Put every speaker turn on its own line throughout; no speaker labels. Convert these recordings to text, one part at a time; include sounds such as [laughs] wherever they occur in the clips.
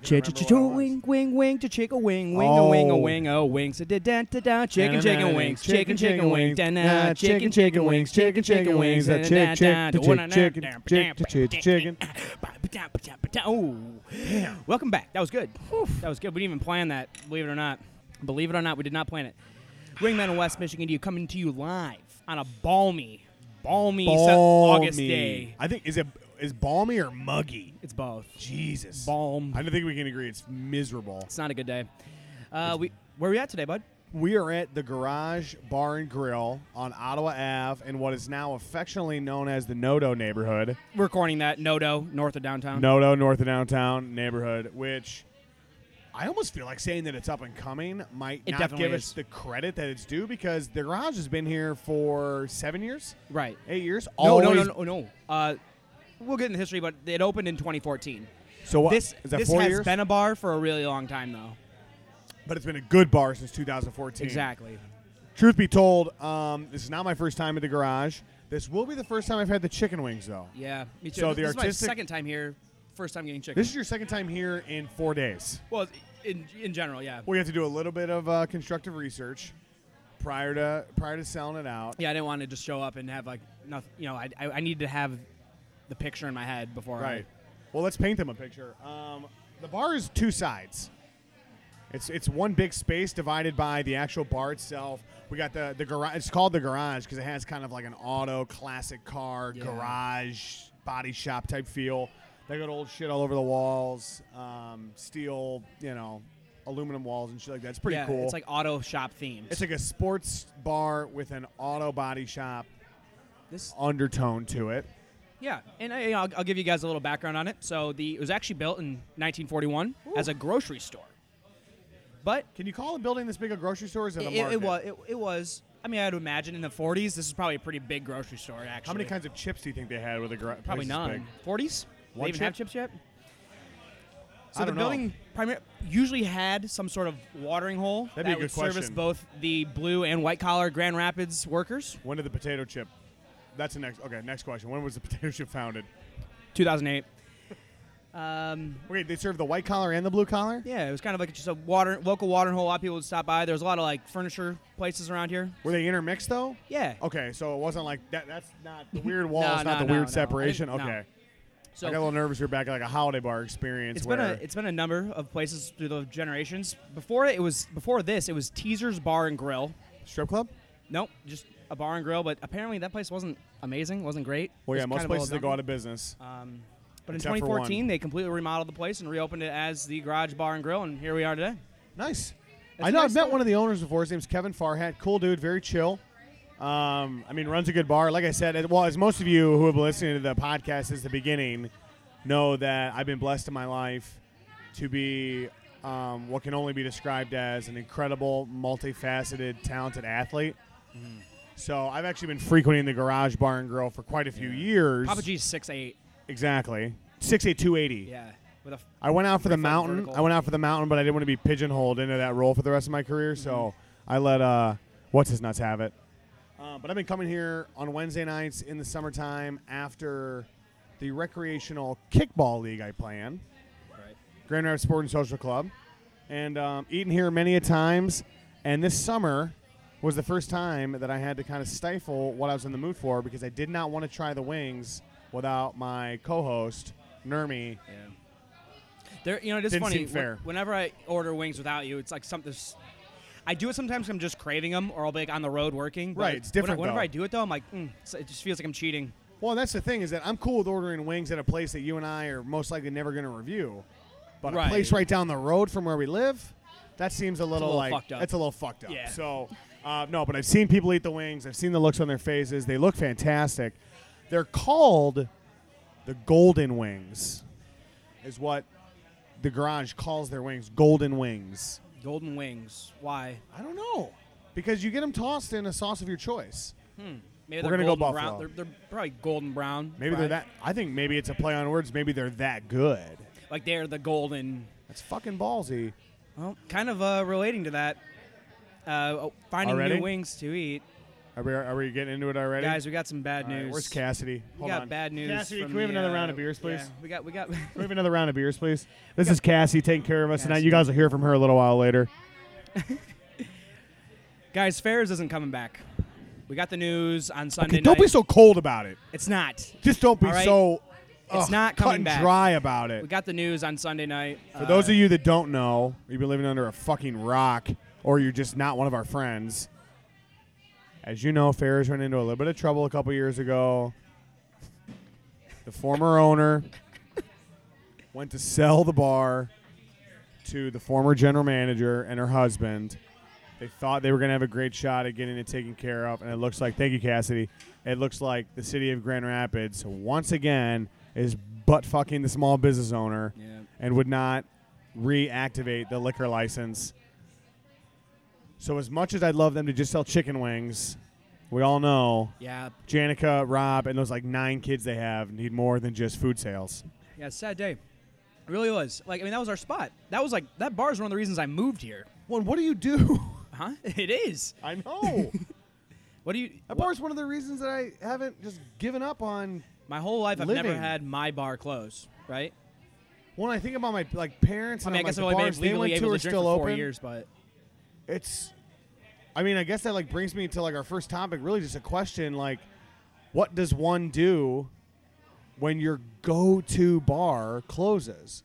Chicka chicka wing wing wing to chicka wing wing a wing a wing a wings a da da da da chicken chicken wings Oh. chicken chicken wings da na chicken chicken wings chicken chicken wings
a
da
chick
da da
chick to
da
chick chicken
da
chick to chick to chicken.
Oh, welcome back. That was good. That was good. We didn't even plan that. Believe it or not, believe it or not, we did not plan it. Wingman of West Michigan, to you coming to you live on a balmy, balmy, Sa- August
Balmy.
day.
I think is it is balmy or muggy?
It's both.
Jesus,
Balm.
I don't think we can agree. It's miserable.
It's not a good day. Uh, we where are we at today, bud?
We are at the Garage Bar and Grill on Ottawa Ave in what is now affectionately known as the Nodo neighborhood.
We're recording that Nodo, north of downtown.
Noto, north of downtown neighborhood, which I almost feel like saying that it's up and coming might
It
not
definitely
give
is.
us the credit that it's due because the garage has been here for seven years,
Right.
eight years.
No, no, no,
Always-
no, no. Uh, we'll get in the history, but it opened in 2014.
So what?
This
is that
this
four
has
years?
been a bar for a really long time, though.
but it's been a good bar since 2014.
Exactly.
Truth be told, um, this is not my first time at the garage. This will be the first time I've had the chicken wings, though.
Yeah. Me too.
So the
this is my
artistic-
second time here. First time getting chicken.
This is your second time here in four days.
well, in in general, yeah.
We have to do a little bit of uh, constructive research prior to prior to selling it out.
Yeah, I didn't want to just show up and have like nothing. You know, I I, I needed to have the picture in my head before.
Right. Well, let's paint them a picture. Um, the bar is two sides. It's it's one big space divided by the actual bar itself. We got the the garage. It's called the garage because it has kind of like an auto classic car
Yeah.
garage body shop type feel. They got old shit all over the walls, um, steel, you know, aluminum walls and shit like that. It's
I,
pretty
yeah,
cool.
It's like auto shop themed.
it's like a sports bar with an auto body shop
this
undertone to it.
Yeah, and I, I'll, I'll give you guys a little background on it. So the it was actually built in 1941 as a grocery store, but
Can you call a building this big a grocery store? Or is it
it,
a
it,
market?
it was it, it was. I mean, I'd imagine in the 40s, this is probably a pretty big grocery store. Actually,
How many kinds of chips do you think they had with a garage?
Probably none. 40s. They
One
even
chip?
have chips yet. So
I
the
don't know.
building primar- usually had some sort of watering hole
That'd be
that
a good
would service
question.
both the blue and white collar Grand Rapids workers.
When did the potato chip? That's the next. Okay, next question. When was the [laughs] potato chip founded? [laughs]
2008. Um,
Wait, they served the white collar and the blue collar.
Yeah, it was kind of like just a water local watering hole. A lot of people would stop by. There was a lot of like furniture places around here.
Were they intermixed though?
Yeah.
Okay, so it wasn't like that. That's not the
[laughs]
weird walls, not
no,
the
no,
weird
no. I
separation.
didn't- no.
Okay, I got a
So
little nervous. You're back at like a holiday bar experience.
it's
where
been a it's been a number of places through the generations. Before it was before this, it was Teasers Bar and Grill.
strip club.
Nope, just a bar and grill. But apparently that place wasn't amazing. wasn't great.
Well,
It
yeah,
was
most
kind of
places
all
that go out of business.
Um, but in
Except for
2014,
one.
they completely remodeled the place and reopened it as the Garage Bar and Grill, and here we are today.
Nice.
It's
I
a
know
nice
I've met
spot.
one of the owners before. His name's Kevin Farhat. Cool dude, very chill. Um, I mean, runs a good bar. Like I said, as- well, as most of you who have been listening to the podcast since the beginning know that I've been blessed in my life to be um, what can only be described as an incredible, multifaceted, talented athlete.
Mm-hmm.
So I've actually been frequenting the Garage Bar and Grill for quite a few years.
Papa G's six eight.
Exactly. 68280.
Yeah, with a f-
I went out for the
Pretty fucking
mountain.
vertical.
I went out for the mountain, but I didn't want to be pigeonholed into that role for the rest of my career. So I let uh, what's his nuts have it. Uh, but I've been coming here on Wednesday nights in the summertime after the recreational kickball league I play in,
right.
Grand Rapids Sport and Social Club, and um, eaten here many a times. And this summer was the first time that I had to kind of stifle what I was in the mood for because I did not want to try the wings without my co-host Nermi.
Yeah. There, you know, it is
Didn't
funny.
seem
wh-
fair.
Whenever I order wings without you, it's like something. s- I do it sometimes. 'cause I'm just craving them, or I'll be like on the road working. but
Right, it's different,
Whenever,
though.
I do it though, I'm like, mm, so it just feels like I'm cheating.
Well, that's the thing is that I'm cool with ordering wings at a place that you and I are most likely never going to review, but
Right.
a place right down the road from where we live, that seems a little,
little
like
fucked up.
it's a little fucked up.
Yeah.
So, uh, no, but I've seen people eat the wings. I've seen the looks on their faces. They look fantastic. They're called the golden wings, is what the garage calls their wings. Golden wings.
Golden wings. Why?
I don't know because you get them tossed in a sauce of your choice.
Maybe
We're
they're
gonna go
golden brown.
Buffalo.
They're, they're probably golden brown.
Maybe
right?
they're that. I think maybe it's a play on words. Maybe they're that good.
Like they're the golden.
That's fucking ballsy.
Well, kind of uh, relating to that. Uh, oh, finding
Already?
new wings to eat.
Are we, are we getting into it already?
Guys, we got some bad
All right,
news.
where's Cassidy?
We
Hold
got
on.
bad news.
Cassidy,
from
can we have
the,
another
uh,
round of beers, please?
yeah, we got we got [laughs]
Can we have another round of beers, please? This is Cassie taking care of us tonight.
Cassie.
You guys will hear from her a little while later.
guys. Ferris isn't coming back. We got the news on Sunday
Okay, don't
night.
be so cold about it.
it's not.
Just don't be
All right.
so.
It's
ugh,
not
cut
coming
and
back.
dry about
We
it.
got the news on Sunday night.
For those of you that don't know, you've been living under a fucking rock, or you're just not one of our friends. As you know, Ferris ran into a little bit of trouble a couple years ago. The former owner went to sell the bar to the former general manager and her husband. They thought they were going to have a great shot at getting it taken care of, and it looks like, thank you, Cassidy. It looks like the city of Grand Rapids once again is butt fucking the small business owner
Yeah.
and would not reactivate the liquor license. So, as much as I'd love them to just sell chicken wings, we all know
yeah,
Janica, Rob, and those like nine kids they have need more than just food sales.
yeah, sad day. It really was. Like I mean, that was our spot. That was like that bar is one of the reasons I moved here.
Well, what do you do?
Huh? [laughs] It is.
[laughs] I know.
What do you?
[laughs] That
what-
bar's one of the reasons that I haven't just given up on.
my whole life, I've never
living.
had my bar close. Right.
When I think about my like parents,
I
and
mean, I
I'm
guess I've
like,
only been
the bars they
legally
went to
able
are
to drink for
still
four
open.
years, but
It's, I mean, I guess that like brings me to like our first topic. Really, just a question like, what does one do when your go-to bar closes?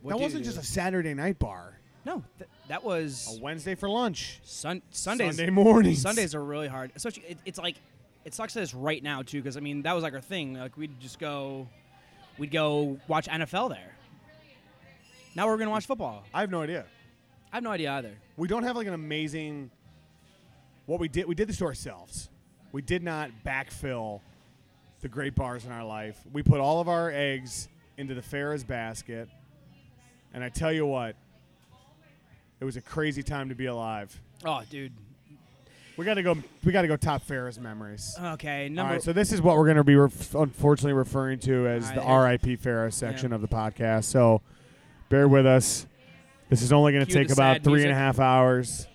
what
that
do you
wasn't
do?
just a Saturday night bar.
no. Th- that was
A Wednesday for lunch.
Sun Sundays.
Sunday mornings.
Sundays are really hard. Especially, it, it's like it sucks that it's right now too, because I mean that was like our thing. Like we'd just go, we'd go watch NFL there. Now we're gonna watch football.
I have no idea.
I have no idea either.
we don't have like an amazing what we did we did this to ourselves we did not backfill the great bars in our life we put all of our eggs into the Farrah's basket and i tell you what it was a crazy time to be alive
Oh, dude.
we gotta go we gotta go top Farrah's memories
Okay,
all
Uh, number.
right so this is what we're gonna be ref- unfortunately referring to as
All
the
right,
rip Farrah section of the podcast so bear with us this is only gonna
Cue
take
the
about
sad
three and a
music.
half hours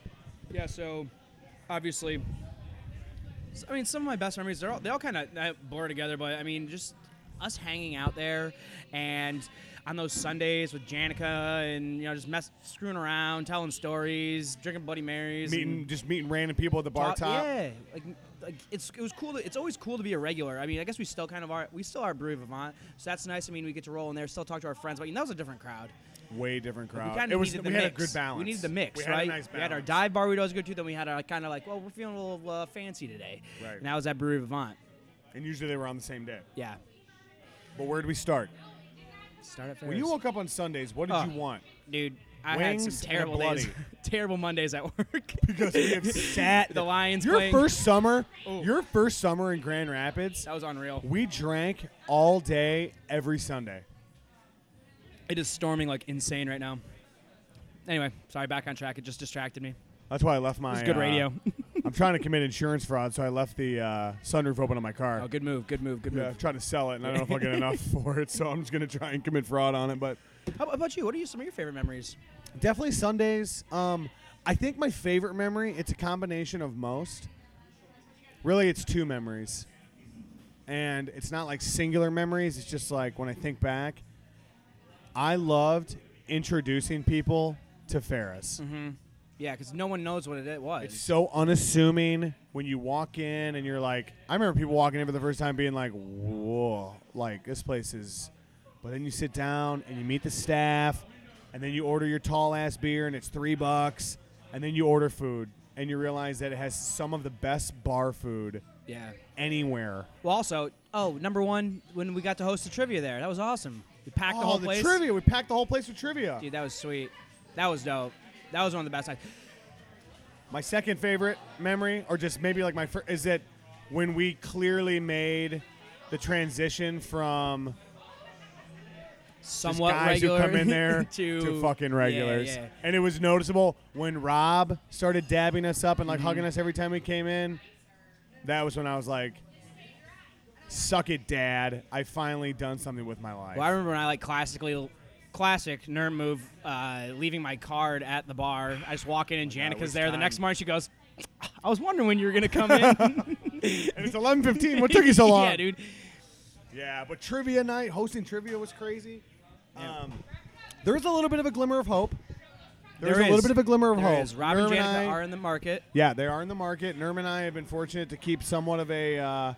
yeah. So, obviously, so, I mean, some of my best memories. They're all they all kind of blur together, but I mean, just us hanging out there and on those Sundays with Janica and you know just mess screwing around, telling stories, drinking Bloody Marys, and-
meeting just meeting random people at the bar
Top-
top.
Yeah, like, like it's it was cool. To, it's always cool to be a regular. I mean, I guess we still kind of are. We still are Brewery Vermont, so that's nice. I mean, we get to roll in there, still talk to our friends. But you know, that was a different crowd.
Way different
Like,
crowd.
we kind
it
of
was
needed
we
the
had a
mix.
good balance.
We needed the mix,
We
right?
had a nice balance.
We had our dive bar we'd always go to. Then we had our kind of like, well, we're feeling a little uh, fancy today.
Right.
And that was at Brewery Vermont.
and usually they were on the same day.
Yeah.
But where did we start?
Start at Ferris.
When you woke up on Sundays, what did
Oh. [laughs]
you want?
dude. I had
Wings and
some
a
terrible days,
Bloody.
[laughs] terrible Mondays at work.
Because we
[laughs]
have sat
the Lions.
Your
playing.
first summer,
Ooh.
your first summer in Grand Rapids,
That was unreal.
we drank all day every Sunday.
It is storming like insane right now. Anyway, sorry, back on track. It just distracted me.
That's why I left my.
It's good
uh,
radio. [laughs]
[laughs] I'm trying to commit insurance fraud, so I left the uh, sunroof open on my car.
Oh, good move, good move, good
Yeah,
move.
I'm trying to sell it, and I don't know if I'll
[laughs]
get enough for it, so I'm just gonna try and commit fraud on it. But
How about you? What are you, some of your favorite memories?
Definitely Sundays. Um, I think my favorite memory. It's a combination of most. Really, it's two memories, and it's not like singular memories. It's just like when I think back, I loved introducing people to Ferris.
Yeah, because no one knows what it was.
It's so unassuming when you walk in and you're like, I remember people walking in for the first time being like, whoa, like this place is. But then you sit down and you meet the staff, and then you order your tall ass beer and it's three bucks, and then you order food and you realize that it has some of the best bar food
yeah.
anywhere.
Well, also, oh, number one, when we got to host the trivia there, that was awesome. We packed the
oh,
whole
the
place.
trivia! We packed the whole place with trivia.
Dude, that was sweet. That was dope. That was one of the best. Times.
My second favorite memory, or just maybe like my first, is that when we clearly made the transition from Just
Somewhat
guys
regular
who
[laughs]
come in there
to,
fucking regulars.
Yeah, yeah.
And it was noticeable when Rob started dabbing us up and like
Mm-hmm.
hugging us every time we came in. That was when I was like, "Suck it, Dad! I finally done something with my life."
Well, I remember when I like classically, classic nerd move, uh, leaving my card at the bar. I just walk in and
God, it
Janica's
was
there. The
time.
next morning, she goes, I was wondering when you were gonna come
[laughs]
in.
[laughs] And
[laughs]
it's 11:15. What took you so long?
yeah, dude.
Yeah, but trivia night, hosting trivia was crazy. Um, there is a little bit of a glimmer of hope. There's
There
a little
is.
bit of a glimmer of
There
hope.
is. Rob and
Nerm
Janet
I-
are in the market.
yeah, they are in the market. Nerm and I have been fortunate to keep somewhat of a uh,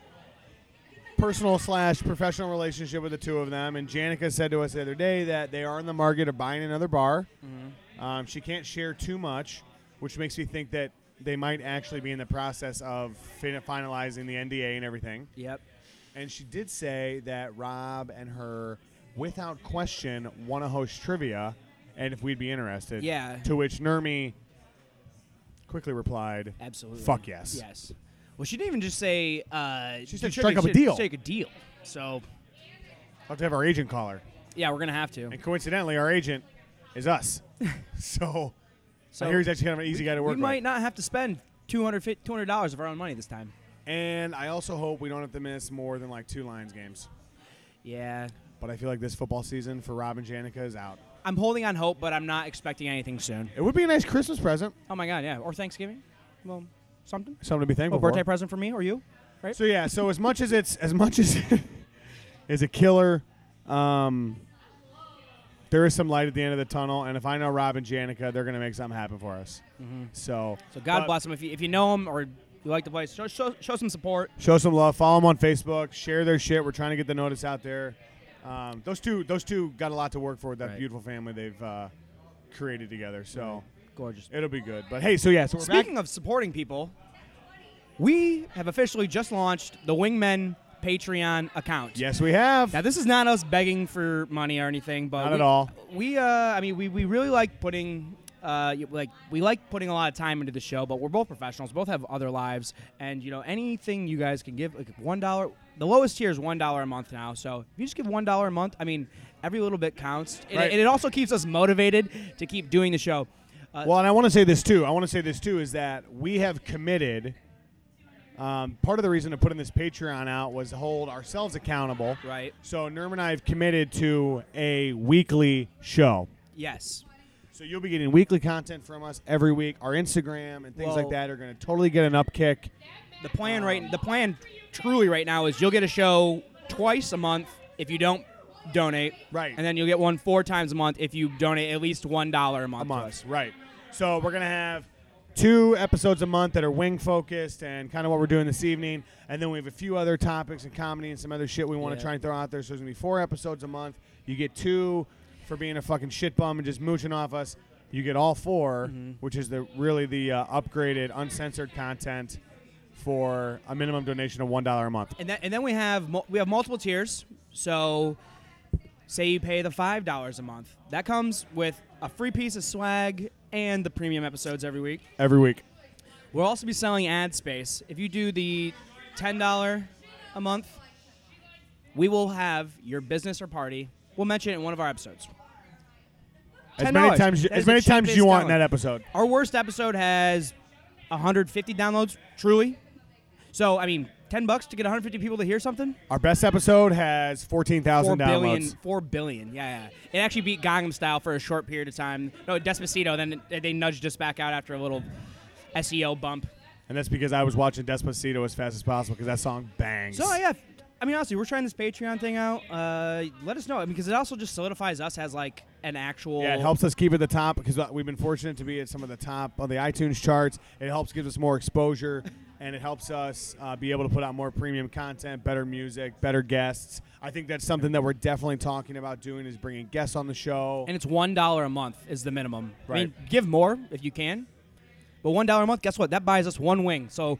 personal slash professional relationship with the two of them. And Janica said to us the other day that they are in the market of buying another bar. Um, she can't share too much, which makes me think that they might actually be in the process of fin- finalizing the NDA and everything.
Yep.
And she did say that Rob and her, without question, want to host trivia, and if we'd be interested.
Yeah.
To which Nermi quickly replied,
Absolutely.
Fuck yes.
Yes. Well, she didn't even just say. Uh,
She said
do
strike up a
she said
deal.
Strike a deal. So
"I'll have to have our agent call her."
yeah, we're gonna have to.
And coincidentally, our agent
[laughs]
is us. so,
So
I hear he's actually kind of an easy guy to
we
work
might
with.
not have to spend 200 dollars of our own money this time.
And I also hope we don't have to miss more than like two Lions games.
Yeah.
But I feel like this football season for Rob and Janica is out.
I'm holding on hope, but I'm not expecting anything soon.
It would be a nice Christmas present,
Oh my god, yeah. Or Thanksgiving. Well, something.
something to be
A
thankful for.
birthday present for me or you? Right?
So yeah, so as much as it's as much as [laughs] is a killer, um, there is some light at the end of the tunnel, and if I know Rob and Janica, they're gonna make something happen for us. So
Mm-hmm. so God
but
bless them if you if you know them or you like the place, show, show, show some support.
Show some love. Follow them on Facebook. Share their shit. We're trying to get the notice out there. Um, those two, those two got a lot to work for with that
Right.
beautiful family they've uh, created together. So
Gorgeous.
it'll be good. But hey, so yeah, so we're
Speaking
back.
of supporting people, we have officially just launched the Wingmen Patreon account.
yes, we have.
Now this is not us begging for money or anything, but
Not
we,
at all.
We, uh, I mean, we, we really like putting, uh, y- like we like putting a lot of time into the show, but we're both professionals, both have other lives, and you know anything you guys can give, like one dollar. The lowest tier is one dollar a month now, so if you just give one dollar a month, I mean, every little bit counts, and,
Right.
it, and it also keeps us motivated to keep doing the show. Uh,
Well, and I want to say this too. I want to say this too is that we have committed. Um, part of the reason to putting this Patreon out was to hold ourselves accountable.
right?
So Nerm and I have committed to a weekly show.
Yes.
So you'll be getting weekly content from us every week. Our Instagram and things like
Well-
that are going to totally get an upkick.
The plan right, the plan truly right now is you'll get a show twice a month if you don't donate,
Right.
and then you'll get one four times a month if you donate at least one dollar a month.
a
to
month,
us.
right? So we're gonna have two episodes a month that are wing focused and kind of what we're doing this evening, and then we have a few other topics and comedy and some other shit we want to
Yeah.
try and throw out there. So there's gonna be four episodes a month. You get two for being a fucking shit bum and just mooching off us. You get all 4
Mm-hmm.
which is the really the uh, upgraded, uncensored content for a minimum donation of one dollar a month.
And then and then we have mul- we have multiple tiers. So say you pay the five dollars a month, that comes with a free piece of swag and the premium episodes every week.
Every week.
We'll also be selling ad space. If you do the $10 a month, we will have your business or party. We'll mention it in one of our episodes.
As many
$10.
times
That is
as
the
many times as you
cheapest
want in
download.
that episode.
Our worst episode has 150 downloads, truly. So, I mean, 10 bucks to get 150 people to hear something?
Our best episode has fourteen
4
thousand
billion.
downloads.
4 billion, yeah, yeah. It actually beat Gangnam Style for a short period of time. No, Despacito, then it- they nudged us back out after a little SEO bump.
And that's because I was watching Despacito as fast as possible because that song bangs.
So yeah, I mean honestly, we're trying this Patreon thing out. Uh, let us know. I mean, because it also just solidifies us as like an actual.
Yeah, it helps us keep at the top because we've been fortunate to be at some of the top on the iTunes charts. It helps give us
[laughs]
more exposure, and it helps us uh, be able to put out more premium content, better music, better guests. I think that's something that we're definitely talking about doing is bringing guests on the show.
And it's one dollar a month is the minimum. I mean,
Right.
give more if you can, but one dollar a month. Guess what? That buys us one wing. So.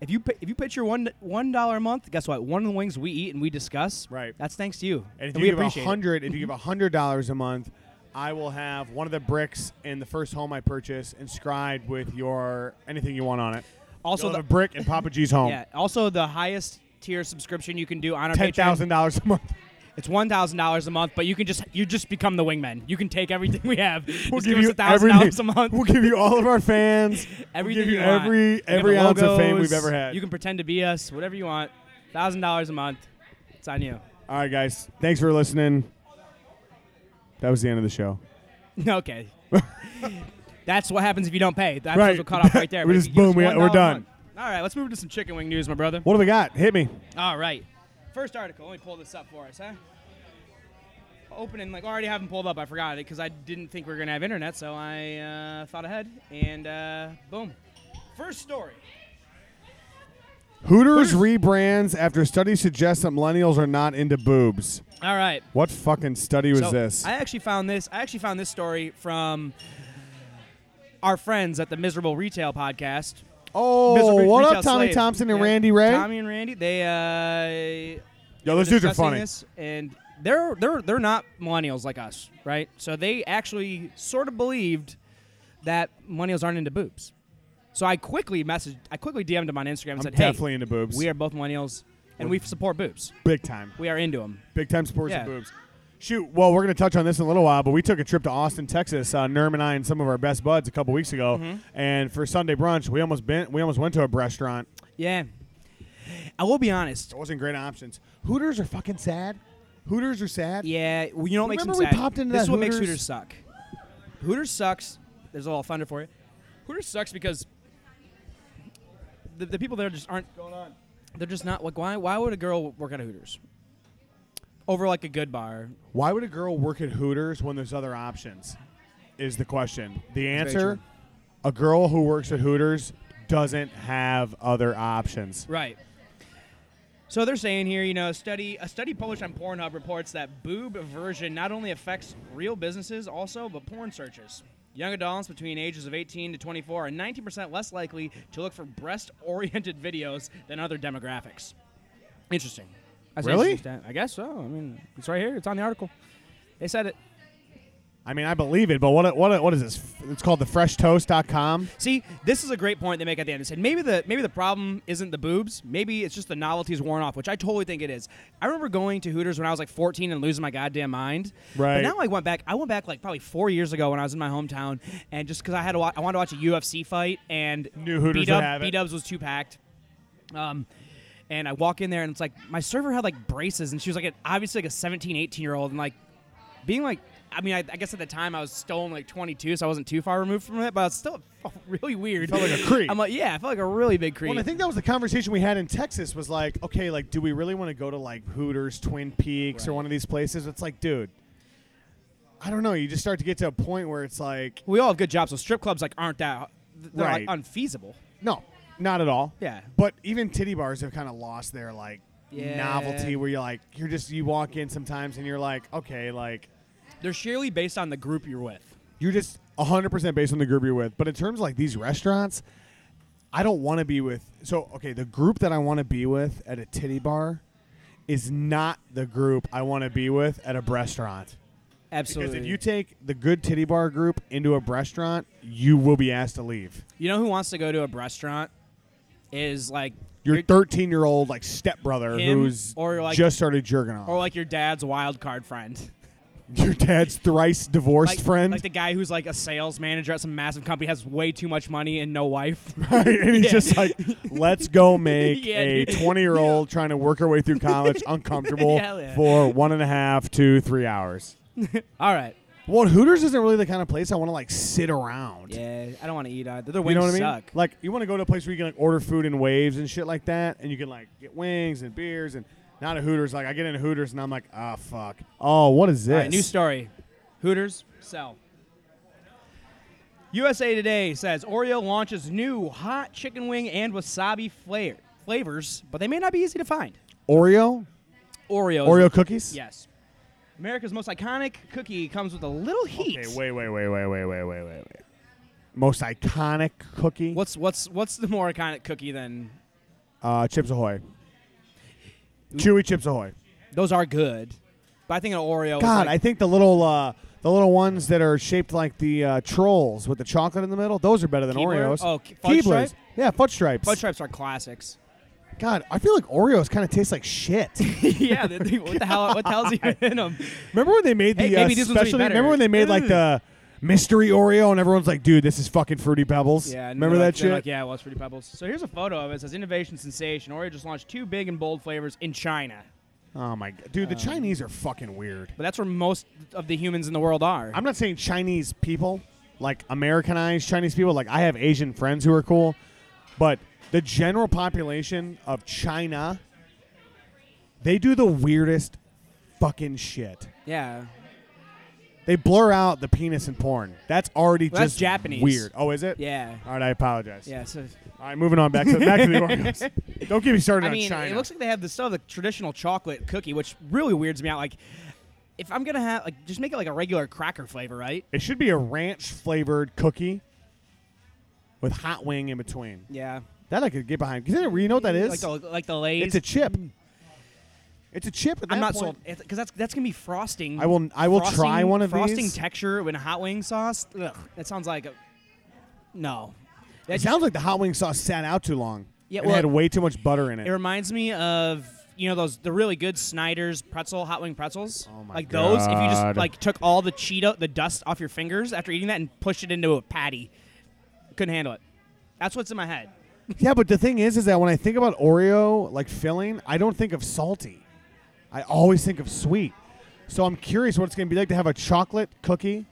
If you pi- if you pitch your one one dollar a month, guess what? One of the wings we eat and we discuss.
Right.
That's thanks to you.
And if
we
you give
appreciate it.
a
Mm-hmm.
hundred, if you give a hundred dollars a month, I will have one of the bricks in the first home I purchase inscribed with your anything you want on it.
Also
You'll have
the-
a brick in
[laughs]
Papa G's home.
Yeah. Also, the highest tier subscription you can do on our
Ten
Patreon
thousand dollars a month.
It's one thousand dollars a month, but you can just you just become the wingman. You can take everything we have.
We'll
just
give
us
you
a thousand
everything.
dollars a month.
[laughs] We'll give you all of our fans. we'll
[laughs] everything
give you,
want.
every
We have
every
the
ounce of fame
logos.
we've ever had.
You can pretend to be us, whatever you want. Thousand dollars a month. It's on you. [laughs]
all right, guys. Thanks for [laughs] listening. That was the end of the show.
okay. That's what happens if you don't pay. The
Right.
episodes will cut off right there.
[laughs] We
But if
just
you give us
boom, we-
$1
we're
a
done.
month- All right, let's move to some chicken wing news, my brother.
What do we got? Hit me.
All right. First article. Let me pull this up for us, huh? Opening, like, already have them pulled up. I forgot it because I didn't think we were going to have internet, so I uh, thought ahead. And uh, boom. First story.
Hooters rebrands after study suggests that millennials are not into boobs.
All right.
What fucking study was
So,
this?
I actually found this. I actually found this story from our friends at the Miserable Retail Podcast.
oh,
Miserable
what
Retail
up, Tommy
Slave.
Thompson and
Yeah,
Randy Ray?
Tommy and Randy. They. Uh,
Yo,
were
those dudes are
discussing
funny.
this, and they're they're they're not millennials like us, right? So they actually sort of believed that millennials aren't into boobs. So I quickly messaged, I quickly DM'd him on Instagram and
I'm
said,
definitely into boobs.
"Hey, we are both millennials, and we support boobs.
big time.
We are into them."
Big time sports and
Yeah.
boobs. Shoot, well, we're going to touch on this in a little while, but we took a trip to Austin, Texas. Uh, Nerm and I and some of our best buds a couple weeks ago,
Mm-hmm.
and for Sunday brunch, we almost been, we almost went to a restaurant.
Yeah, I will be honest.
It wasn't great options. Hooters are fucking sad. Hooters are sad.
Yeah, well, you know what makes them
Remember we
sad?
popped into
this
that
is what makes
Hooters-
Hooters suck. Hooters sucks. There's a little thunder for you. Hooters sucks because the, the people there just aren't
Going on.
They're just not like why why would a girl work at a Hooters? Over like a good bar.
Why would a girl work at Hooters when there's other options? Is the question. The
That's very
answer:
true.
a girl who works at Hooters doesn't have other options.
Right. So they're saying here, you know, a study a study published on Pornhub reports that boob aversion not only affects real businesses also, but porn searches. Young adults between ages of 18 to 24 are 90% less likely to look for breast-oriented [laughs] videos than other demographics. Interesting. That's an
Really?
interesting stat. I guess so. I mean, it's right here. It's on the article. They said it.
I mean, I believe it, but what what what is this? It's called the freshtoast.com.
See, this is a great point they make at the end. They said maybe the maybe the problem isn't the boobs. Maybe it's just the novelty's worn off, which I totally think it is. I remember going to Hooters when I was like 14 and losing my goddamn mind. But
Right.
now I went back. I went back like probably four years ago when I was in my hometown, and just because I had to wa- I wanted to watch a UFC fight and
Knew Hooters would have it.
B Dubs was too packed. Um, and I walk in there and it's like my server had like braces and she was like a, obviously like a 17, 18 year old and like being like I mean I, I guess at the time I was still only like 22 so I wasn't too far removed from it but I was still [laughs] really weird.
felt like a creep.
I'm like yeah I felt like a really big creep.
Well, I think that was the conversation we had in Texas. Was like, okay, like, do we really want to go to like Hooters, Twin Peaks, or
Right.
one of these places? It's like, dude, I don't know. You just start to get to a point where it's like,
we all have good jobs so strip clubs like aren't that they're
Right.
like unfeasible.
no, not at all.
Yeah.
But even titty bars have kind of lost their like
Yeah.
novelty, where you're like, you're just you walk in sometimes and you're like, okay, like
They're surely based on the group you're with.
you're just 100% based on the group you're with. But in terms of like these restaurants, I don't want to be with. So, okay, the group that I want to be with at a titty bar is not the group I want to be with at a restaurant. Because
Absolutely.
if you take the good titty bar group into a restaurant, you will be asked to leave.
you know who wants to go to a restaurant is like
Your 13 year old like stepbrother
Him
who's
or, like-
just started jerking off.
or like your dad's wild card friend.
your dad's thrice divorced
like,
friend.
like the guy who's like a sales manager at some massive company has way too much money and no wife. [laughs]
Right, [laughs] and he's just like, let's go make
Yeah,
a
dude.
20 year old trying to work her way
[laughs]
through college uncomfortable
Hell yeah.
for one and a half to three hours.
All right.
Well, Hooters isn't really the kind of place I want to like sit around.
Yeah, I don't want to eat either. Their
You
wings
know what I mean?
suck.
Like, you want to go to a place where you can like order food in waves and shit like that, and you can like get wings and beers and not a Hooters. Like, I get into Hooters and I'm like, ah, fuck. Oh, what is this?
All right, new story. Hooters sell. USA Today says Oreo launches new hot chicken wing and wasabi flair flavors, but they may not be easy to find.
Oreo?
Oreo.
Oreo cookies?
Yes. America's most iconic cookie comes with a little heat.
Okay, wait, wait, wait, wait, wait, wait, wait, wait, wait. Most iconic cookie?
What's what's what's the more iconic cookie than
Uh, Chips Ahoy. Chewy Chips Ahoy.
those are good, but I think an Oreo. is
God,
like-
I think the little uh, the little ones that are shaped like the uh, trolls with the chocolate in the middle, those are better than
Keebler?
Oreos.
Oh, K- fudge
Keeblers.
stripe?
Yeah, fudge stripes.
Fudge stripes are
[laughs]
classics. [laughs]
God, I feel like Oreos kind of taste like shit.
yeah, they, they- what the hell? What the hell's even in them?
[laughs] remember when they made the
Hey,
uh,
maybe this one's gonna be
specialty?
better.
Remember when they made like
Ugh. [laughs]
the mystery Oreo and everyone's like, dude, this is fucking fruity pebbles.
Yeah, and
remember
they're
that
like- they're
shit?
Like, yeah, well, it's Fruity Pebbles. So here's a photo of it. It says Innovation Sensation. Oreo just launched two big and bold flavors in China,
Oh my god, dude, the
Um,
Chinese are fucking weird.
but that's where most of the humans in the world are.
I'm not saying Chinese people. like Americanized Chinese people. Like I have Asian friends who are cool, but the general population of China, they do the weirdest fucking shit.
Yeah.
They blur out the penis in porn. That's already
Well, that's
just
Japanese.
weird. Oh, is it?
Yeah.
All right, I apologize.
Yeah. So
All right, moving on back to back to
[laughs]
the Oreos. Don't get me started
I
on
mean,
China.
it looks like they have the stuff, the traditional chocolate cookie, which really weirds me out. Like, if I'm gonna have, like, just make it like a regular cracker flavor, right?
It should be a ranch flavored cookie with hot wing in between.
Yeah.
That I could get behind. Because you know what that is?
Like the like the Lay's.
it's a chip. Mm. It's a chip. At
I'm
that
not
point.
sold because that's that's gonna be frosting.
I will- I will
frosting-
try one of
frosting
these.
texture with hot wing sauce. Ugh, that sounds like a no. That
It
just-
sounds like the hot wing sauce sat out too long.
Yeah,
and
well-
had way too much butter in it.
It reminds me of you know those the really good Snyder's pretzel hot wing pretzels.
Oh my
like those, if you
God.
just like took all the Cheeto the dust off your fingers after eating that and pushed it into a patty, couldn't handle it. That's what's in my head.
yeah, but the thing is, is that when I think about Oreo like filling, I don't think of salty. I always think of sweet. So I'm curious what it's going to be like to have a chocolate cookie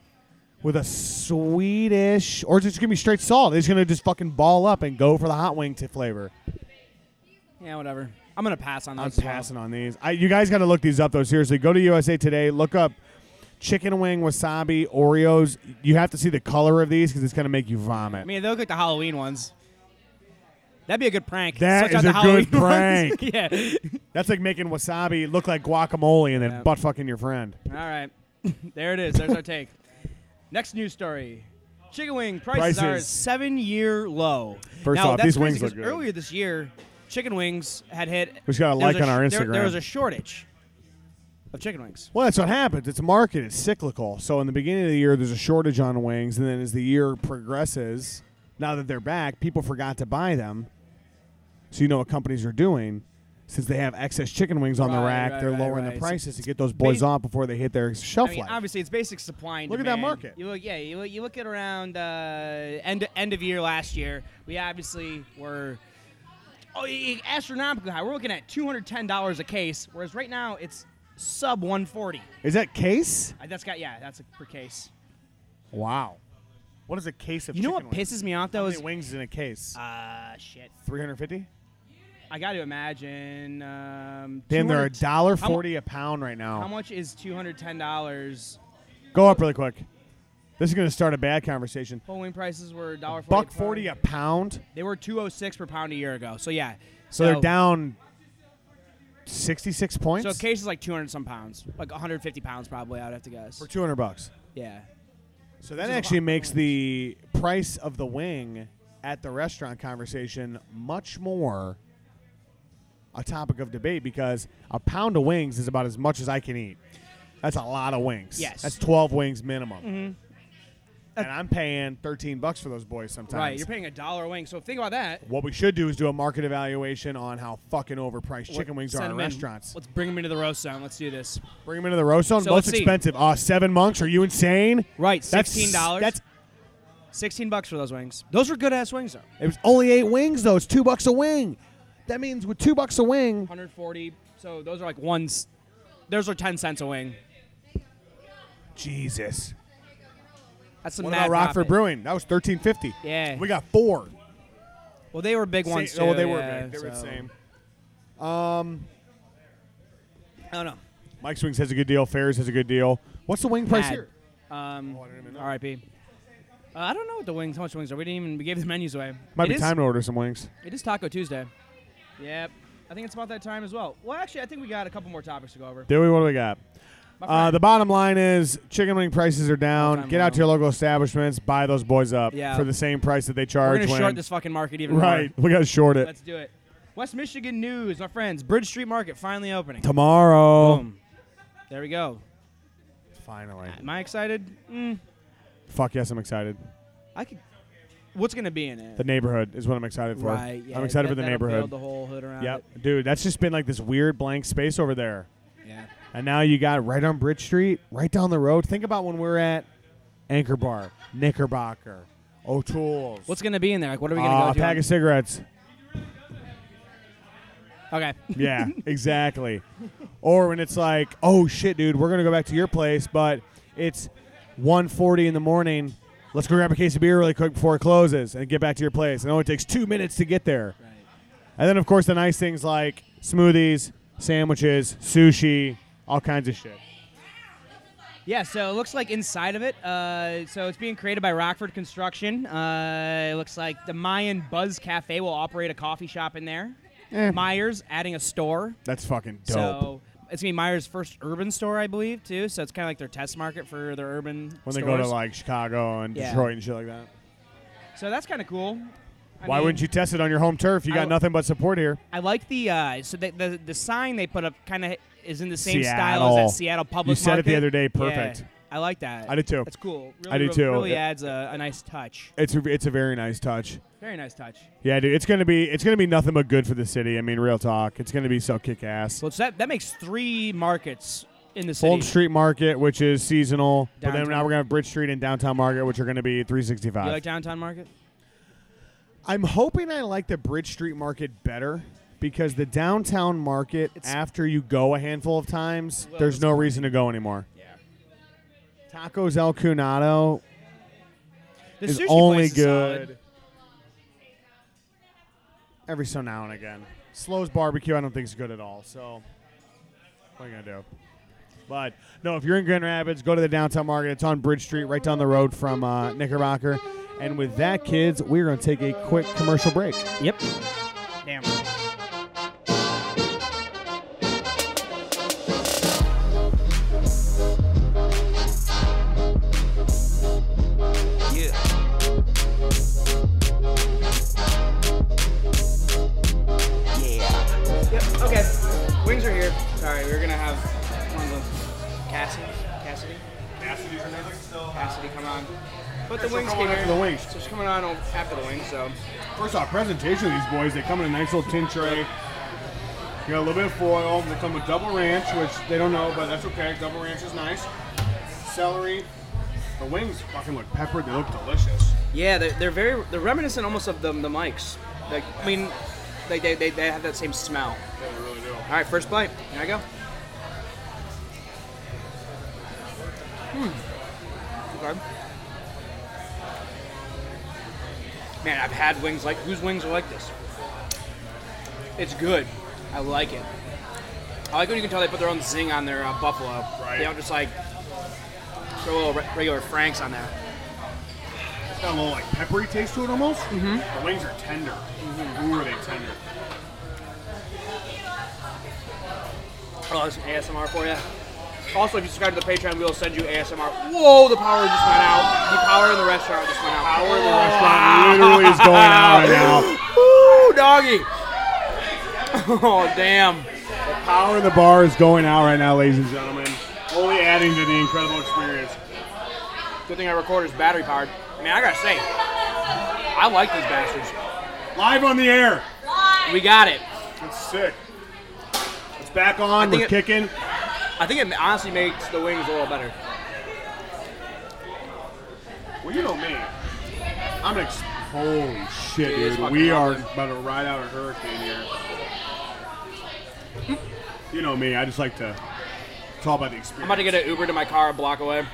with a Swedish, or is it just going to be straight salt? It's going to just fucking ball up and go for the hot wing to flavor.
Yeah, whatever. I'm gonna pass on those.
I'm
as well.
passing on these. I, you guys got to look these up though. Seriously, go to USA Today. Look up chicken wing wasabi Oreos. You have to see the color of these because it's gonna make you vomit.
I mean, they look like the Halloween ones. That'd be a good prank.
That
Such out
is
the
a good
Halloween [laughs] ones.
prank.
yeah.
That's like making wasabi look like guacamole and then
Yeah.
butt fucking your friend.
All right. [laughs] there it is. There's our take. Next news story. Chicken wing prices, are at
Prices.
seven year low.
First
now,
off,
that's
these
crazy
wings look
'cause
good.
Earlier this year, chicken wings had hit.
We just got a
there was
like on our
sh- There, there
Instagram.
was a shortage of chicken wings.
Well, that's what happens. It's a market. It's cyclical. So in the beginning of the year, there's a shortage on wings, and then as the year progresses, now that they're back, people forgot to buy them. So you know what companies are doing. Since they have excess chicken wings on the
Right,
rack,
right,
they're
right,
lowering
right.
the
So
prices to get those boys
basi-
off before they hit their shelf
I mean,
life.
obviously, it's basic supply and
Look at that
demand.
market.
You look, yeah, you look, you look at around uh, end end of year last year. We obviously were oh, e- astronomically high. We're looking at two hundred ten dollars a case, whereas right now it's sub one forty.
Is that case?
That's got yeah, that's a, per case.
Wow. What is a case of?
You know what
chicken wings?
pisses me off though
How
is
many wings in a case?
ah shit.
Three hundred fifty.
I got to imagine. Um,
Damn, they're a
200
dollar forty a pound right now.
How much is two hundred ten dollars?
Go up really quick. This is going to start a bad conversation.
Bowling prices were a dollar
Buck forty a pound,
They were two oh six per pound a year ago. So yeah.
so they're down sixty-six points
So a case is like two hundred some pounds, like one hundred fifty pounds probably. I'd have to guess.
for two hundred bucks.
Yeah.
So that
is a
actually
lot.
makes the price of the wing at the restaurant conversation much more a topic of debate because a pound of wings is about as much as I can eat. That's a lot of wings.
Yes. Mm-hmm.
that's twelve wings minimum. And I'm paying thirteen bucks for those boys sometimes.
Right. You're paying a dollar a wing. So think about that.
What we should do is do a market evaluation on how fucking overpriced chicken wings
Send
are in
'em in.
restaurants.
Let's bring them into the roast zone. Let's do this.
Bring them into the roast zone.
So
Most
let's see.
expensive. Uh, seven monks. Are you insane?
Right.
That's-
Sixteen dollars.
That's
sixteen bucks for those wings. Those were good ass wings though.
it was only eight wings though. It's two bucks a wing. That means with two bucks a wing,
140. So those are like ones. Those are 10 cents a wing.
Jesus.
That's some
What
mad
about Rockford
profit.
Brewing? That was thirteen fifty.
Yeah.
We got four.
Well, they were big ones
Same- oh,
too,
they were.
yeah,
big. They were the
so-
same.
I don't know.
Mike's Wings has a good deal. Ferris has a good deal. What's the wing price
Mad.
here?
Um,
Oh, I didn't even know.
R.I.P. Uh, I don't know what the wings. How much wings are? We didn't even. We gave the menus away.
Might
It
be
is-
time to order some wings.
It is Taco Tuesday. Yep. I think it's about that time as well. Well, actually, I think we got a couple more topics to go over.
Do we? What do we got?
My
Uh,
friend-
the bottom line is chicken wing prices are down.
All-time
Get
low.
out to your local establishments, buy those boys up
Yeah.
for the same price that they
we're
charge.
gonna
when-
short this [laughs] fucking market even
right,
more.
we gotta short it
Let's do it. West Michigan news, my friends. Bridge Street Market finally opening.
tomorrow.
Boom. There we go.
Finally,
Am I excited? Mm,
fuck yes, I'm excited.
I could. What's gonna be in it?
The neighborhood is what I'm excited for.
Right. Yeah,
I'm excited
that-
for the
that'll
neighborhood.
Build the whole hood around.
yep, dude, that's just been like this weird blank space over there,
It. Yeah.
and now you got right on Bridge Street, right down the road. Think about when we we're at Anchor Bar, Knickerbocker, O'Toole's.
What's gonna be in there? Like, what are we gonna
uh,
go
a
to?
pack of cigarettes?
okay. [laughs]
Yeah, exactly. or when it's like, oh shit, dude, we're gonna go back to your place, but it's 1.40 in the morning. Let's go grab a case of beer really quick before it closes and get back to your place. And it only takes two minutes to get there. And then, of course, the nice things like smoothies, sandwiches, sushi, all kinds of shit.
Yeah, so it looks like inside of it, uh, so it's being created by Rockford Construction. Uh, it looks like the Mayan Buzz Cafe will operate a coffee shop in there.
Eh.
Myers adding a store.
That's fucking dope.
So it's going to be Myers' first urban store, I believe, too. So it's kind of like their test market for their urban
when they
stores.
go to like Chicago and
Yeah.
Detroit and shit like that.
so that's kind of cool. I
Why
mean-
wouldn't you test it on your home turf? You
I
got
w-
nothing but support here.
I like the uh, so the, the the sign they put up kind of is in the same
Seattle.
style as that Seattle public.
You said it the
Market.
other day,
Yeah,
perfect.
I like that.
I do too.
That's cool. Really,
I do
re-
too.
Really
It-
adds a, a nice touch.
It's a, it's a very nice touch.
Very nice touch.
Yeah, dude, it's gonna be it's gonna be nothing but good for the city. I mean, real talk, it's gonna be so kick ass.
Well, so that that makes three markets in the city.
Fulton Street Market, which is seasonal, but then
Downtown.
now we're gonna have Bridge Street and Downtown Market, which are gonna be
You
365.
like downtown market?
I'm hoping I like the Bridge Street Market better because the downtown market,
It's-
after you go a handful of times,
Well,
there's
it's
no reason to go anymore.
Yeah.
Tacos El Cunado
The
is
sushi
only
place is solid.
good every so now and again. Slow's barbecue, I don't think is good at all. So, what are you gonna do? But no, if you're in Grand Rapids, go to the downtown market. It's on Bridge Street, right down the road from uh, Knickerbocker. And with that, kids, we're gonna take a quick commercial break.
Yep. Damn.
Yeah. Yeah.
Yep. Okay. Wings are here. Sorry, we were gonna have one of them. Cassidy. Cassidy. Cassidy, come on. But the wings came
after
here.
the wings.
So she's coming on after the wings. So
First off, presentation of these boys, they come in a nice little tin tray. You got a little bit of foil. They come with double ranch, which they don't know, but that's okay. Double ranch is nice. Celery. The wings fucking look peppered. They look delicious.
yeah, they're, they're very they're reminiscent almost of the the mics. Like I mean, they they, they, they have that same smell.
Yeah, they really do.
All right, first bite. Here I go. Hmm. Okay. Man, I've had wings like whose wings are like this. It's good. I like it. I like when you can tell they put their own zing on their uh, buffalo.
Right.
They don't just like throw little re- regular franks on there.
It's got a little like peppery taste to it almost. Mm-hmm. The wings are tender. Ooh, are they [laughs] tender?
Oh, that's some ASMR for you. Also, if you subscribe to the Patreon, we'll send you ASMR. Whoa, the power just went out. The power in the restaurant just went out. Power in the
Restaurant literally is going on
Ooh,
right now.
doggy. [laughs] Oh, damn.
The power of the bar is going out right now, ladies and gentlemen. Only adding to the incredible experience.
Good thing our recorder's battery powered. Man, I gotta say, I like these bastards.
Live on the air.
We got it.
That's sick. It's back on.
think
We're
it-
kicking.
I think it honestly makes the wings a little better.
Well, you know me. I'm ex. Holy shit,
Dude, it's
dude.
fucking
We are
lovely.
about to ride out a hurricane here. you know me. I just like to. It's all about the experience.
I'm about to get an Uber to my car a block away.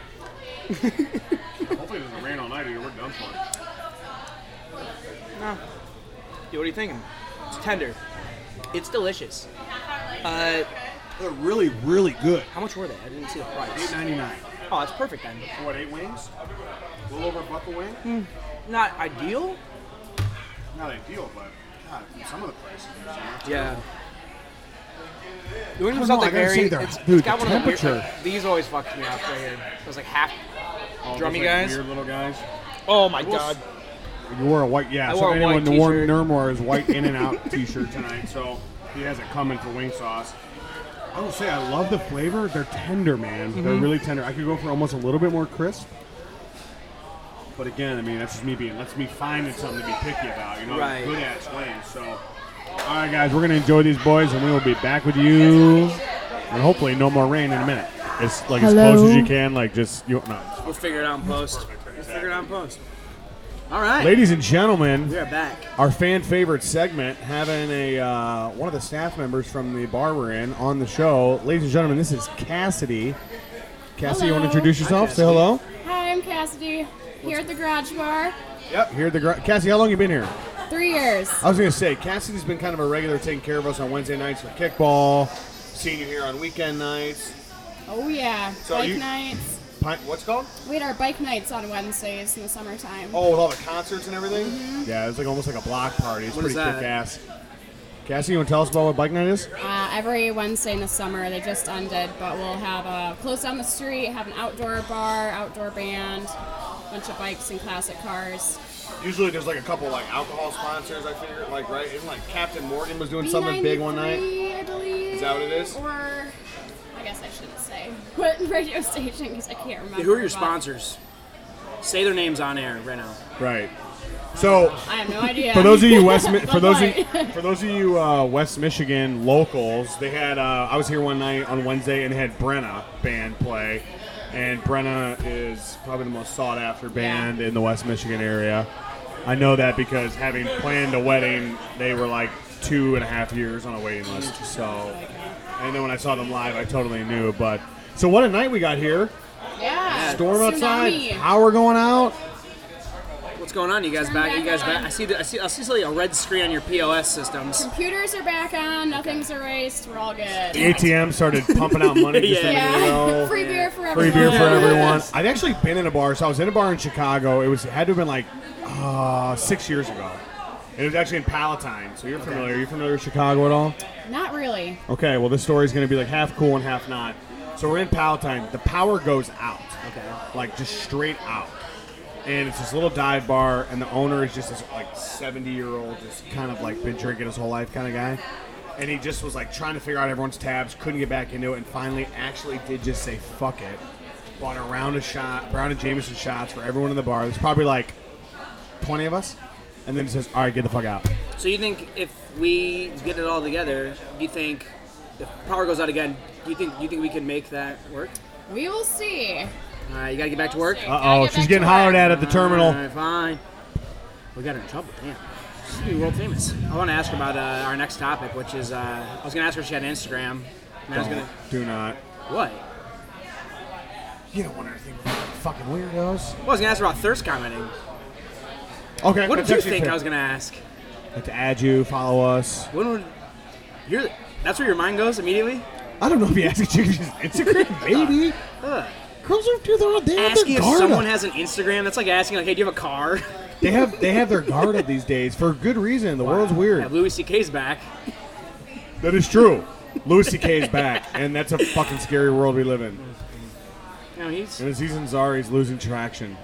Hopefully, it doesn't rain all night, dude. We're done for.
Yo, what are you thinking? It's tender. It's delicious. Uh,
They're really, really good.
how much were they? I didn't see the
Eight
price.
ninety nine.
Oh, that's perfect then.
What? Eight wings? A little over a buck a wing?
Not ideal.
Not ideal, but God, some of the prices.
Yeah. The wings
don't
was
know,
not
I
like
gotta
very.
say they're-
it's,
dude,
it's got
the
one of the weird,
temperature.
like, These always fucked me up right here. It was like half.
All
Drummy
those, like,
guys?
Weird little guys.
Oh my
We'll
god.
You wore a white, yeah.
I
so
wore a
anyone
white
who wore
t-shirt. [laughs]
Nermore is white in and out T-shirt tonight. So he has it coming for wing sauce. I will say I love the flavor. They're tender, man. They're
Mm-hmm.
really tender. I could go for almost a little bit more crisp. But again, I mean that's just me being. That's me finding something to be picky about. You know,
Right.
good ass wings. So, all right, guys, we're gonna enjoy these boys, and we will be back with you, and hopefully no more rain in a minute. It's like as close as you can. Like just you. No.
We'll figure it out in post. We'll figure it out in post. All right.
Ladies and gentlemen.
We are back.
our fan favorite segment, having a uh, one of the staff members from the bar we're in on the show. Ladies and gentlemen, this is Cassidy. Cassidy, you want to introduce yourself? Say hello.
Hi Hi, I'm Cassidy. Here at the Garage Bar,
Yep. Here at the gar- Cassie, how long you been here?
three years.
I was gonna say Cassidy's been kind of a regular, taking care of us on Wednesday nights for kickball, seeing you here on weekend nights.
Oh yeah,
So
bike
you-
nights.
Pine, what's it called?
We had our bike nights on Wednesdays in the summertime.
Oh, with all the concerts and everything. Yeah, it's like almost like a block party. It's
Mm-hmm. What
pretty
is that?
kick ass. Cassie, you want to tell us about what bike night is?
Uh, every Wednesday in the summer, they just ended, but we'll have a close down the street, have an outdoor bar, outdoor band, bunch of bikes and classic cars.
Usually there's like a couple like alcohol sponsors. I figure like right, and like Captain Morgan was doing
B93, I believe.
Is that what it is?
Or I guess I shouldn't say [laughs] what radio station because I can't remember.
Who are your
but-
sponsors? Say their names on air right now.
Right. So
I have no
[laughs]
idea.
for those of you
[laughs]
West, Mi- for
Bud
those of,
Light.
for those of you uh, West Michigan locals, they had. Uh, I was here one night on Wednesday and they had Brenna band play, and Brenna is probably the most sought after band in the West Michigan area. I know that because having planned a wedding, they were like two and a half years on a waiting list.
Mm.
So, and then when I saw them live, I totally knew. But so what a night we got here!
yeah,
Storm outside,
Tsunami.
power going out.
What's going on? You guys
Turn
back? You
back
guys back?
on.
I see. The, I see. I see like a red screen on your POS systems.
Computers are back on. Nothing's erased. We're all good.
The ATM started pumping out
[laughs]
money just a
Yeah.
minute ago.
Yeah, [laughs] free beer for
Free
everyone.
beer
[laughs]
for everyone. I'd actually been in a bar. So I was in a bar in Chicago. It was it had to have been like uh, six years ago. It was actually in Palatine. So you're familiar. You're familiar with Chicago at all?
Not really.
Okay. Well, this story's going to be like half cool and half not. So we're in Palatine. The power goes out.
Okay.
Like just straight out. And it's this little dive bar, and the owner is just this like 70 year old, just kind of like been drinking his whole life kind of guy. And he just was like trying to figure out everyone's tabs, couldn't get back into it, and finally actually did just say fuck it. Bought a round of shot, round of Jameson shots for everyone in the bar. There's probably like 20 of us, and then he says, "All right, get the fuck out."
So you think if we get it all together, you think if power goes out again, you think you think we can make that work?
We will see.
All right, you gotta get back to work.
We'll see.
Uh
Gotta
oh,
get
she's
back
getting
to work.
hollered at at the
All
terminal.
right, fine. We got her in trouble. Damn. She's gonna be world famous. I want to ask her about uh, our next topic, which is uh, I was gonna ask her if she had an Instagram. And I was gonna
Do not.
what?
You don't want anything fucking weirdos.
Well, I was gonna ask her about thirst commenting.
Okay.
What
that's
did you
actually
think
fair.
I was gonna ask?
Like to add you, follow us.
When would you're that's where your mind goes immediately?
I don't know if you ask a chick if she's on [laughs] Instagram, maybe.
Ugh.
Girls don't do their own. They have
Asking
their
if
guard
someone
up.
has an Instagram, that's like asking like, hey, do you have a car?
they have they have their guard up these days for good reason. The world's weird.
Yeah, Louis C.K.'s back.
That is true. Louis C.K. is back, and that's a fucking scary world we live in.
You know, he's
And Aziz Ansari's losing traction.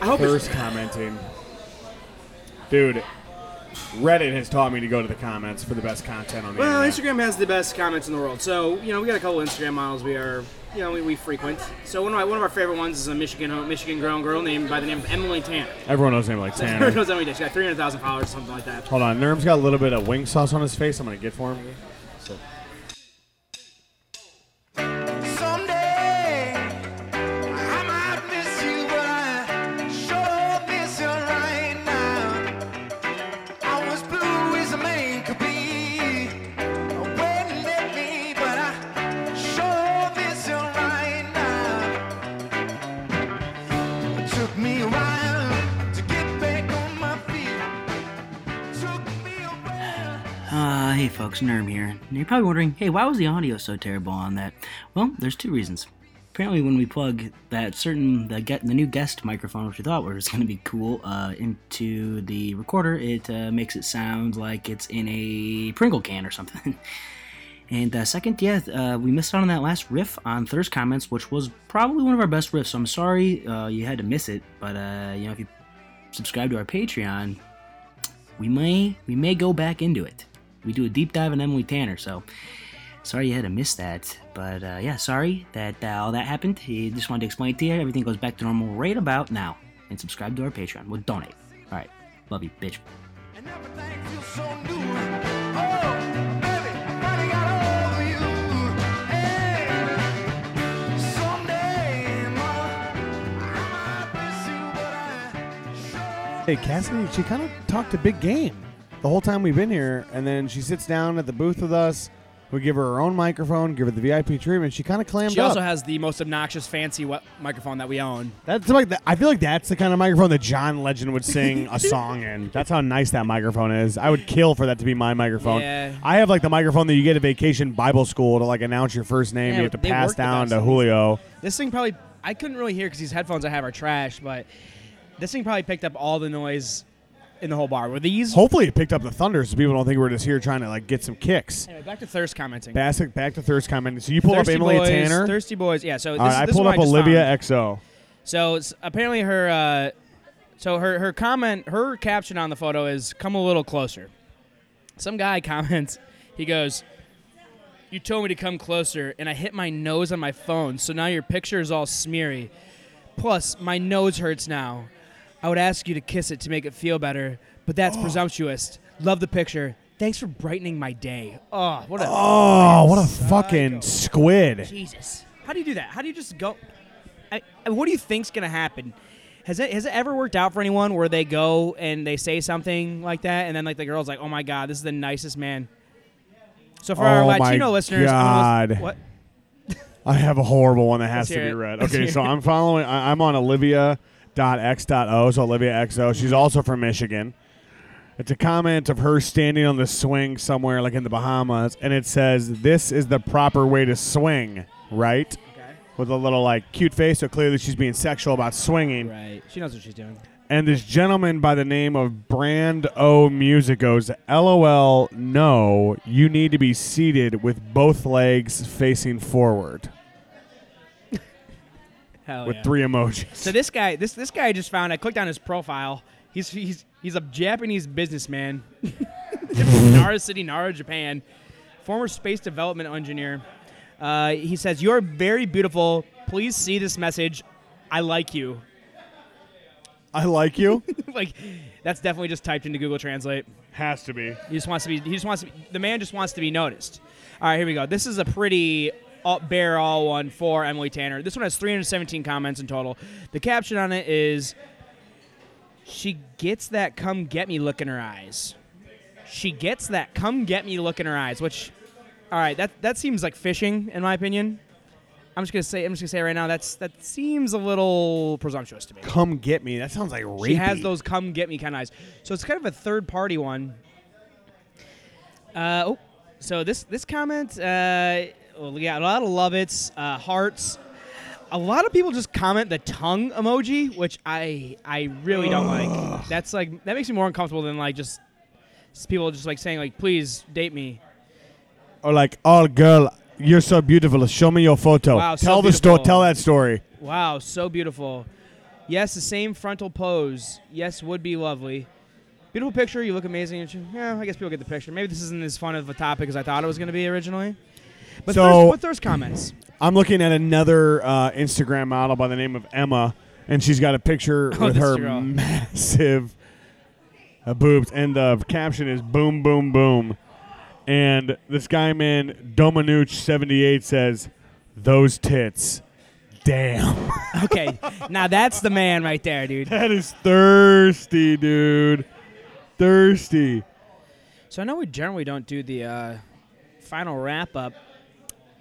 I hope it's,
First commenting, dude. Reddit has taught me to go to the comments for the best content on the
Well,
internet.
Instagram has the best comments in the world. So, you know, we got a couple Instagram models we are, you know, we, we frequent. So one of, my, one of our favorite ones is a Michigan uh, Michigan grown girl named by the name of Emily Tanner. [laughs]
Everyone knows him like
Everyone
Tanner.
knows Emily Tanner. She got 300,000 followers or something like that.
Hold on, Nerm's got a little bit of wing sauce on his face. I'm gonna get for him.
Someday I might miss you, but I sure miss you right now. I was blue as a man could be. I wouldn't let me, but I sure miss you right now. It took me a while to get back on my feet. Took me a while.
Uh, hey folks, Nerm here. And You're probably wondering, hey, why was the audio so terrible on that? Well, there's two reasons. Apparently, when we plug that certain the get the new guest microphone, which we thought was going to be cool, uh, into the recorder, it uh, makes it sound like it's in a Pringle can or something. [laughs] And uh, second, yeah, uh, we missed out on that last riff on Thirst Comments, which was probably one of our best riffs. So I'm sorry uh, you had to miss it, but uh, you know if you subscribe to our Patreon, we may we may go back into it. We do a deep dive on Emily Tanner, so sorry you had to miss that. But uh, yeah, sorry that uh, all that happened. I just wanted to explain it to you. Everything goes back to normal right about now. And subscribe to our Patreon. We'll donate. All right, love you, bitch.
And everything feels so new. Oh, baby, I finally got over you. Hey, someday, ma, I might miss you, but I sure
Hey, Cassidy, she kind of talked a big game the whole time we've been here, and then she sits down at the booth with us, We give her her own microphone, give her the VIP treatment. She kind of clammed
She
up.
also has the most obnoxious, fancy we- microphone that we own.
that's like the, I feel like that's the kind of microphone that John Legend would sing
[laughs]
a song in. That's how nice that microphone is. I would kill for that to be my microphone.
Yeah.
I have like the microphone that you get at vacation Bible school to like announce your first name.
Yeah,
you have to
they
pass
work the
down
best
to
ones.
Julio.
This thing probably I couldn't really hear because these headphones I have are trash, but this thing probably picked up all the noise in the whole bar. Were these?
Hopefully, it picked up the thunder so people don't think we're just here trying to like get some kicks.
Anyway, back to thirst commenting.
Back to, back to Thirst comment. So you pulled up Emily
boys,
Tanner.
Thirsty boys. Yeah. So this,
All right, I
this is
pulled
what
up
just
Olivia
found.
XO.
So it's apparently her. Uh, so her her comment her caption on the photo is "Come a little closer." Some guy [laughs] comments. He goes, "You told me to come closer, and I hit my nose on my phone. So now your picture is all smeary. Plus, my nose hurts now. I would ask you to kiss it to make it feel better, but that's presumptuous. Love the picture. Thanks for brightening my day. Oh, what a
Oh, what a fucking squid.
Jesus. How do you do that? How do you just go? I, I, what do you think's gonna happen? Has it has it ever worked out for anyone where they go and they say something like that, and then like the girl's like, "Oh my god, this is the nicest man." So for our
Oh my
Latino listeners, I'm gonna-
God.
what?
I have a horrible one that
Let's
has to
hear
be
it.
read.
Let's
Okay,
hear
so I'm following. I, I'm on Olivia.x.o. So Olivia XO. She's also from Michigan. It's a comment of her standing on the swing somewhere, like in the Bahamas, and it says, "This is the proper way to swing, right?" With a little like cute face, so clearly she's being sexual about swinging.
Right. She knows what she's doing.
And this gentleman by the name of Brand O Music goes, "LOL, no, you need to be seated with both legs facing forward."
Hell
With
Oh, yeah.
three emojis.
[laughs] So this guy, this this guy I just found. I clicked on his profile. He's he's he's a Japanese businessman, [laughs] from Nara City, Nara, Japan. Former space development engineer. Uh, he says, "You are very beautiful. Please see this message. I like you." [laughs]
I like you.
like, that's definitely just typed into Google Translate.
Has to be.
He just wants to be. He just wants to. Be, the man just wants to be noticed. All right, here we go. This is a pretty all, bare all one for Emily Tanner. This one has 317 comments in total. The caption on it is, "She gets that come get me look in her eyes." She gets that come get me look in her eyes. Which, all right, that that seems like fishing in my opinion. I'm just gonna say. I'm just gonna say right now. That's that seems a little presumptuous to me.
Come get me. That sounds like rapey.
She has those come get me kind of eyes. So it's kind of a third party one. Uh, oh, so this this comment, uh, well, we got a lot of love it's uh, hearts. A lot of people just comment the tongue emoji, which I I really don't like. That's like that makes me more uncomfortable than like just s- people just like saying like please date me.
Or like, oh girl, you're so beautiful. Show me your photo.
Wow, so
tell the story.
beautiful.
Tell that story.
Wow, so beautiful. Yes, the same frontal pose. Yes, would be lovely. Beautiful picture. You look amazing. Yeah, I guess people get the picture. Maybe this isn't as fun of a topic as I thought it was going to be originally. But
So-
there's, but there's
[laughs]
comments.
I'm looking at another uh, Instagram model by the name of Emma, and she's got a picture
[laughs] Oh,
with
this
her
girl.
massive uh, boobs, and the caption is "boom, boom, boom." And this guy, man, Dominuch78 says, "Those tits, damn." [laughs]
Okay, now that's the man right there, dude.
That is thirsty, dude. Thirsty.
So I know we generally don't do the uh, final wrap up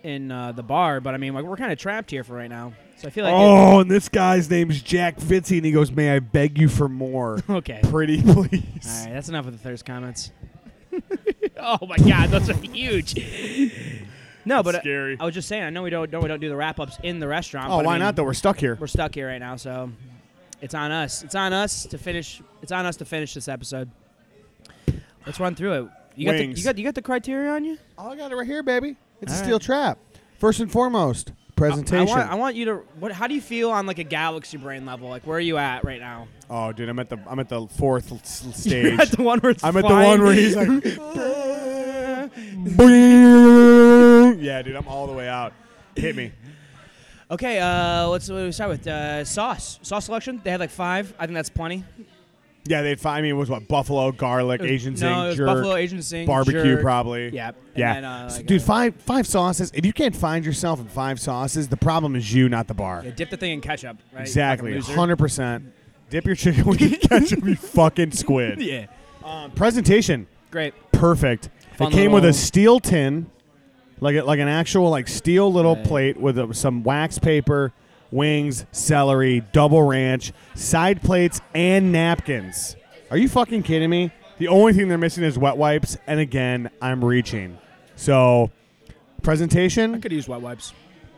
in uh, the bar, but I mean, like we're kind of trapped here for right now. So I feel like it-
oh, and this guy's name's Jack Fitzy, and he goes, "May I beg you for
[laughs]
more?
okay.
Pretty please."
All right, that's enough of the thirst comments. [laughs] oh my god, those are huge. No, but uh,
scary.
I was just saying. I know we don't, do we don't do the wrap ups in the restaurant.
Oh,
but I
why
mean,
not? Though we're stuck here.
We're stuck here right now, so it's on us. It's on us to finish. It's on us to finish this episode. Let's run through it. You got the,
Wings.
you got you got the criteria on you.
Oh, I got it right here, baby. It's
All
a
right.
steel trap. First and foremost,
I
presentation.
want I want you to. What? How do you feel on like a galaxy brain level? Like where are you at right
[laughs]
now?
oh, dude, I'm at the I'm at the fourth l- s-
[laughs]
stage.
You're at the one where it's
I'm at the
flying.
one where [laughs] he's like, "Boing." [laughs] yeah, dude, I'm all the way out. Hit me.
Okay, uh, let's what do we start with uh, sauce. Sauce selection. They had like five. I think that's plenty.
Yeah, they'd find me. It was what buffalo garlic, Asian
no,
zing,
it was
jerk,
buffalo Asian zing,
barbecue,
jerk.
probably.
Yeah. And
Yeah,
then, uh,
S-
like,
dude,
uh,
five five sauces. If you can't find yourself in five sauces, the problem is you, not the bar.
yeah, dip the thing in ketchup. Right? you
exactly,
fucking loser.
hundred percent. Dip your chicken [laughs] wing in ketchup, you fucking
[laughs] [laughs]
squid.
Yeah.
Presentation
Great.
perfect.
Fun
it came with a
little-
steel tin like a, like an actual like steel little plate with uh some wax paper, wings, celery, double ranch, side plates, and napkins. Are you fucking kidding me? The only thing they're missing is wet wipes, and again, I'm reaching. So, presentation
Could use wet wipes.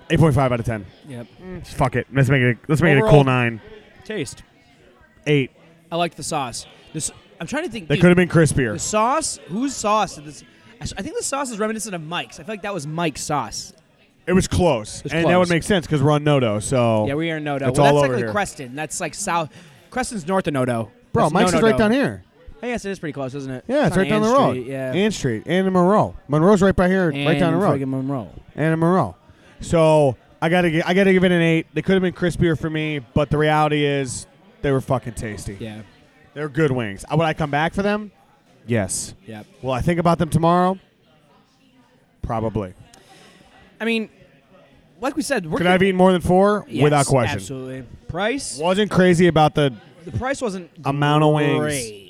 eight point five out of ten.
Yep.
Fuck it, let's make it. A, let's make it a
Overall-
cool nine,
Taste.
eight.
I like the sauce. This I'm trying to think.
That
dude,
could have been
the
crispier.
sauce. Whose sauce? Did this? I s- I think the sauce is reminiscent of Mike's. I feel like that was Mike's sauce.
It was close,
was
and that would
close.
make sense because we're on Nodo. So
Yeah, we are in Nodo.
It's
well,
all
that's
over
like
here.
Creston. That's like south. Creston's north of Nodo.
bro,
That's
Mike's is right
Nodo.
down here.
I guess it is pretty close, isn't it?
Yeah, it's
on
right down the
Ann
road.
Street, Yeah.
Ann Street, and Monroe. Monroe's right by here, right down the road.
friggin' Monroe.
Anna Monroe. So I gotta gi- I gotta give it an eight. They could have been crispier for me, but the reality is they were fucking tasty.
Yeah.
They're good wings. Uh, Would I come back for them? Yes.
Yep.
Will I think about them tomorrow? Probably.
I mean, like we said, we're
Could I have eaten more than four?
Yes,
Without question.
Absolutely. Price.
Wasn't crazy about the
The price wasn't
amount of wings.
great.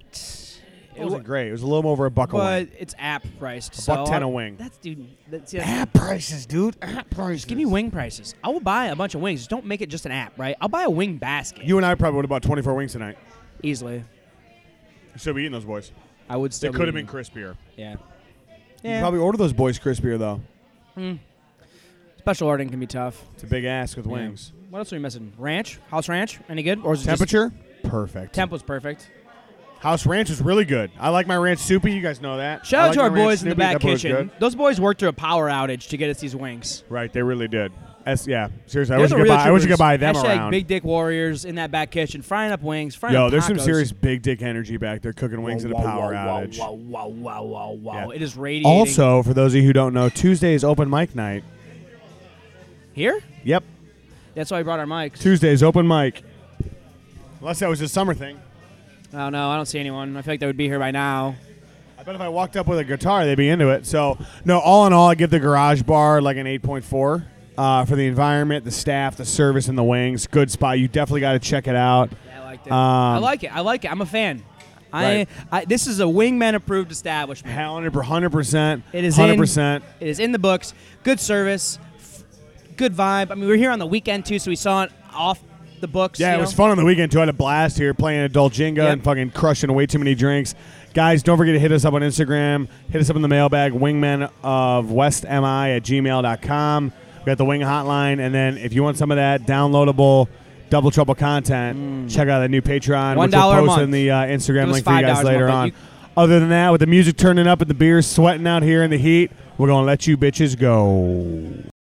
It wasn't great. It was a little over a buck a
But
wing.
it's app priced.
A
so
buck ten a
I'll-
wing.
That's dude. That's, yeah,
App prices, dude. App prices.
Give me wing prices. I will buy a bunch of wings. Just don't make it just an app, right? I'll buy a wing basket
You and I probably would have bought 24 wings tonight.
easily.
Still be eating those boys.
I would still.
They could have
be-
been crispier.
Yeah.
You
Yeah.
probably order those boys crispier though.
Special ordering can be tough.
It's a big ass with wings.
What else are we missing? Ranch, house ranch, any good? Or is it just-
Temperature? Perfect.
temp was perfect.
House ranch is really good. I like my ranch soupy. You guys know that.
Shout
I
out
like
to
my
our
ranch
boys in the
Snoopy.
back
That boy was
kitchen.
good.
Those boys worked through a power outage to get us these wings.
Right, they really did. S- yeah, seriously. I
They're
wish,
the
you could
real
buy, I wish you
troopers.
could buy them
Hashtag
around.
Big Dick Warriors in that back kitchen, frying up wings, frying
Yo,
up
there's some
tacos.
serious big dick energy back there cooking wings at a
Oh, Wow,
power
wow,
outage.
Wow, wow, wow, wow, wow, wow.
Yeah.
It is radiating.
Also, for those of you who don't know, Tuesday is open mic night.
here,
Yep,
that's why we brought our mics.
Tuesday is open mic. Unless that was a summer thing.
Oh no, I don't see anyone. I feel like they would be here by now.
I bet if I walked up with a guitar, they'd be into it. So, no, all in all, I give the garage bar like an 8.4 uh, for the environment, the staff, the service, and the wings. Good spot. You definitely got to check it out.
I liked it.
Um,
I like it. I like it. I'm a fan.
Right.
I, I this is a wingman approved establishment.
Hell, 100%.
It is
100%.
In, it is in the books. Good service, f- good vibe. I mean, we were here on the weekend too, so we saw it off the books.
yeah,
you
it
know?
was fun on the weekend, too. I had a blast here playing adult Jenga
Yep.
and fucking crushing way too many drinks. Guys, don't forget to hit us up on Instagram. Hit us up in the mailbag, wingmen of westmi at gmail.com. We got the wing hotline. And then if you want some of that downloadable double trouble content, check out the new Patreon,
Mm. One
which we'll
dollar a
post
month.
in the uh, Instagram
was
link for you
five dollars
guys
a
later on.
month,
Other than that, with the music turning up and the beers sweating out here in the heat, we're going to let you bitches go.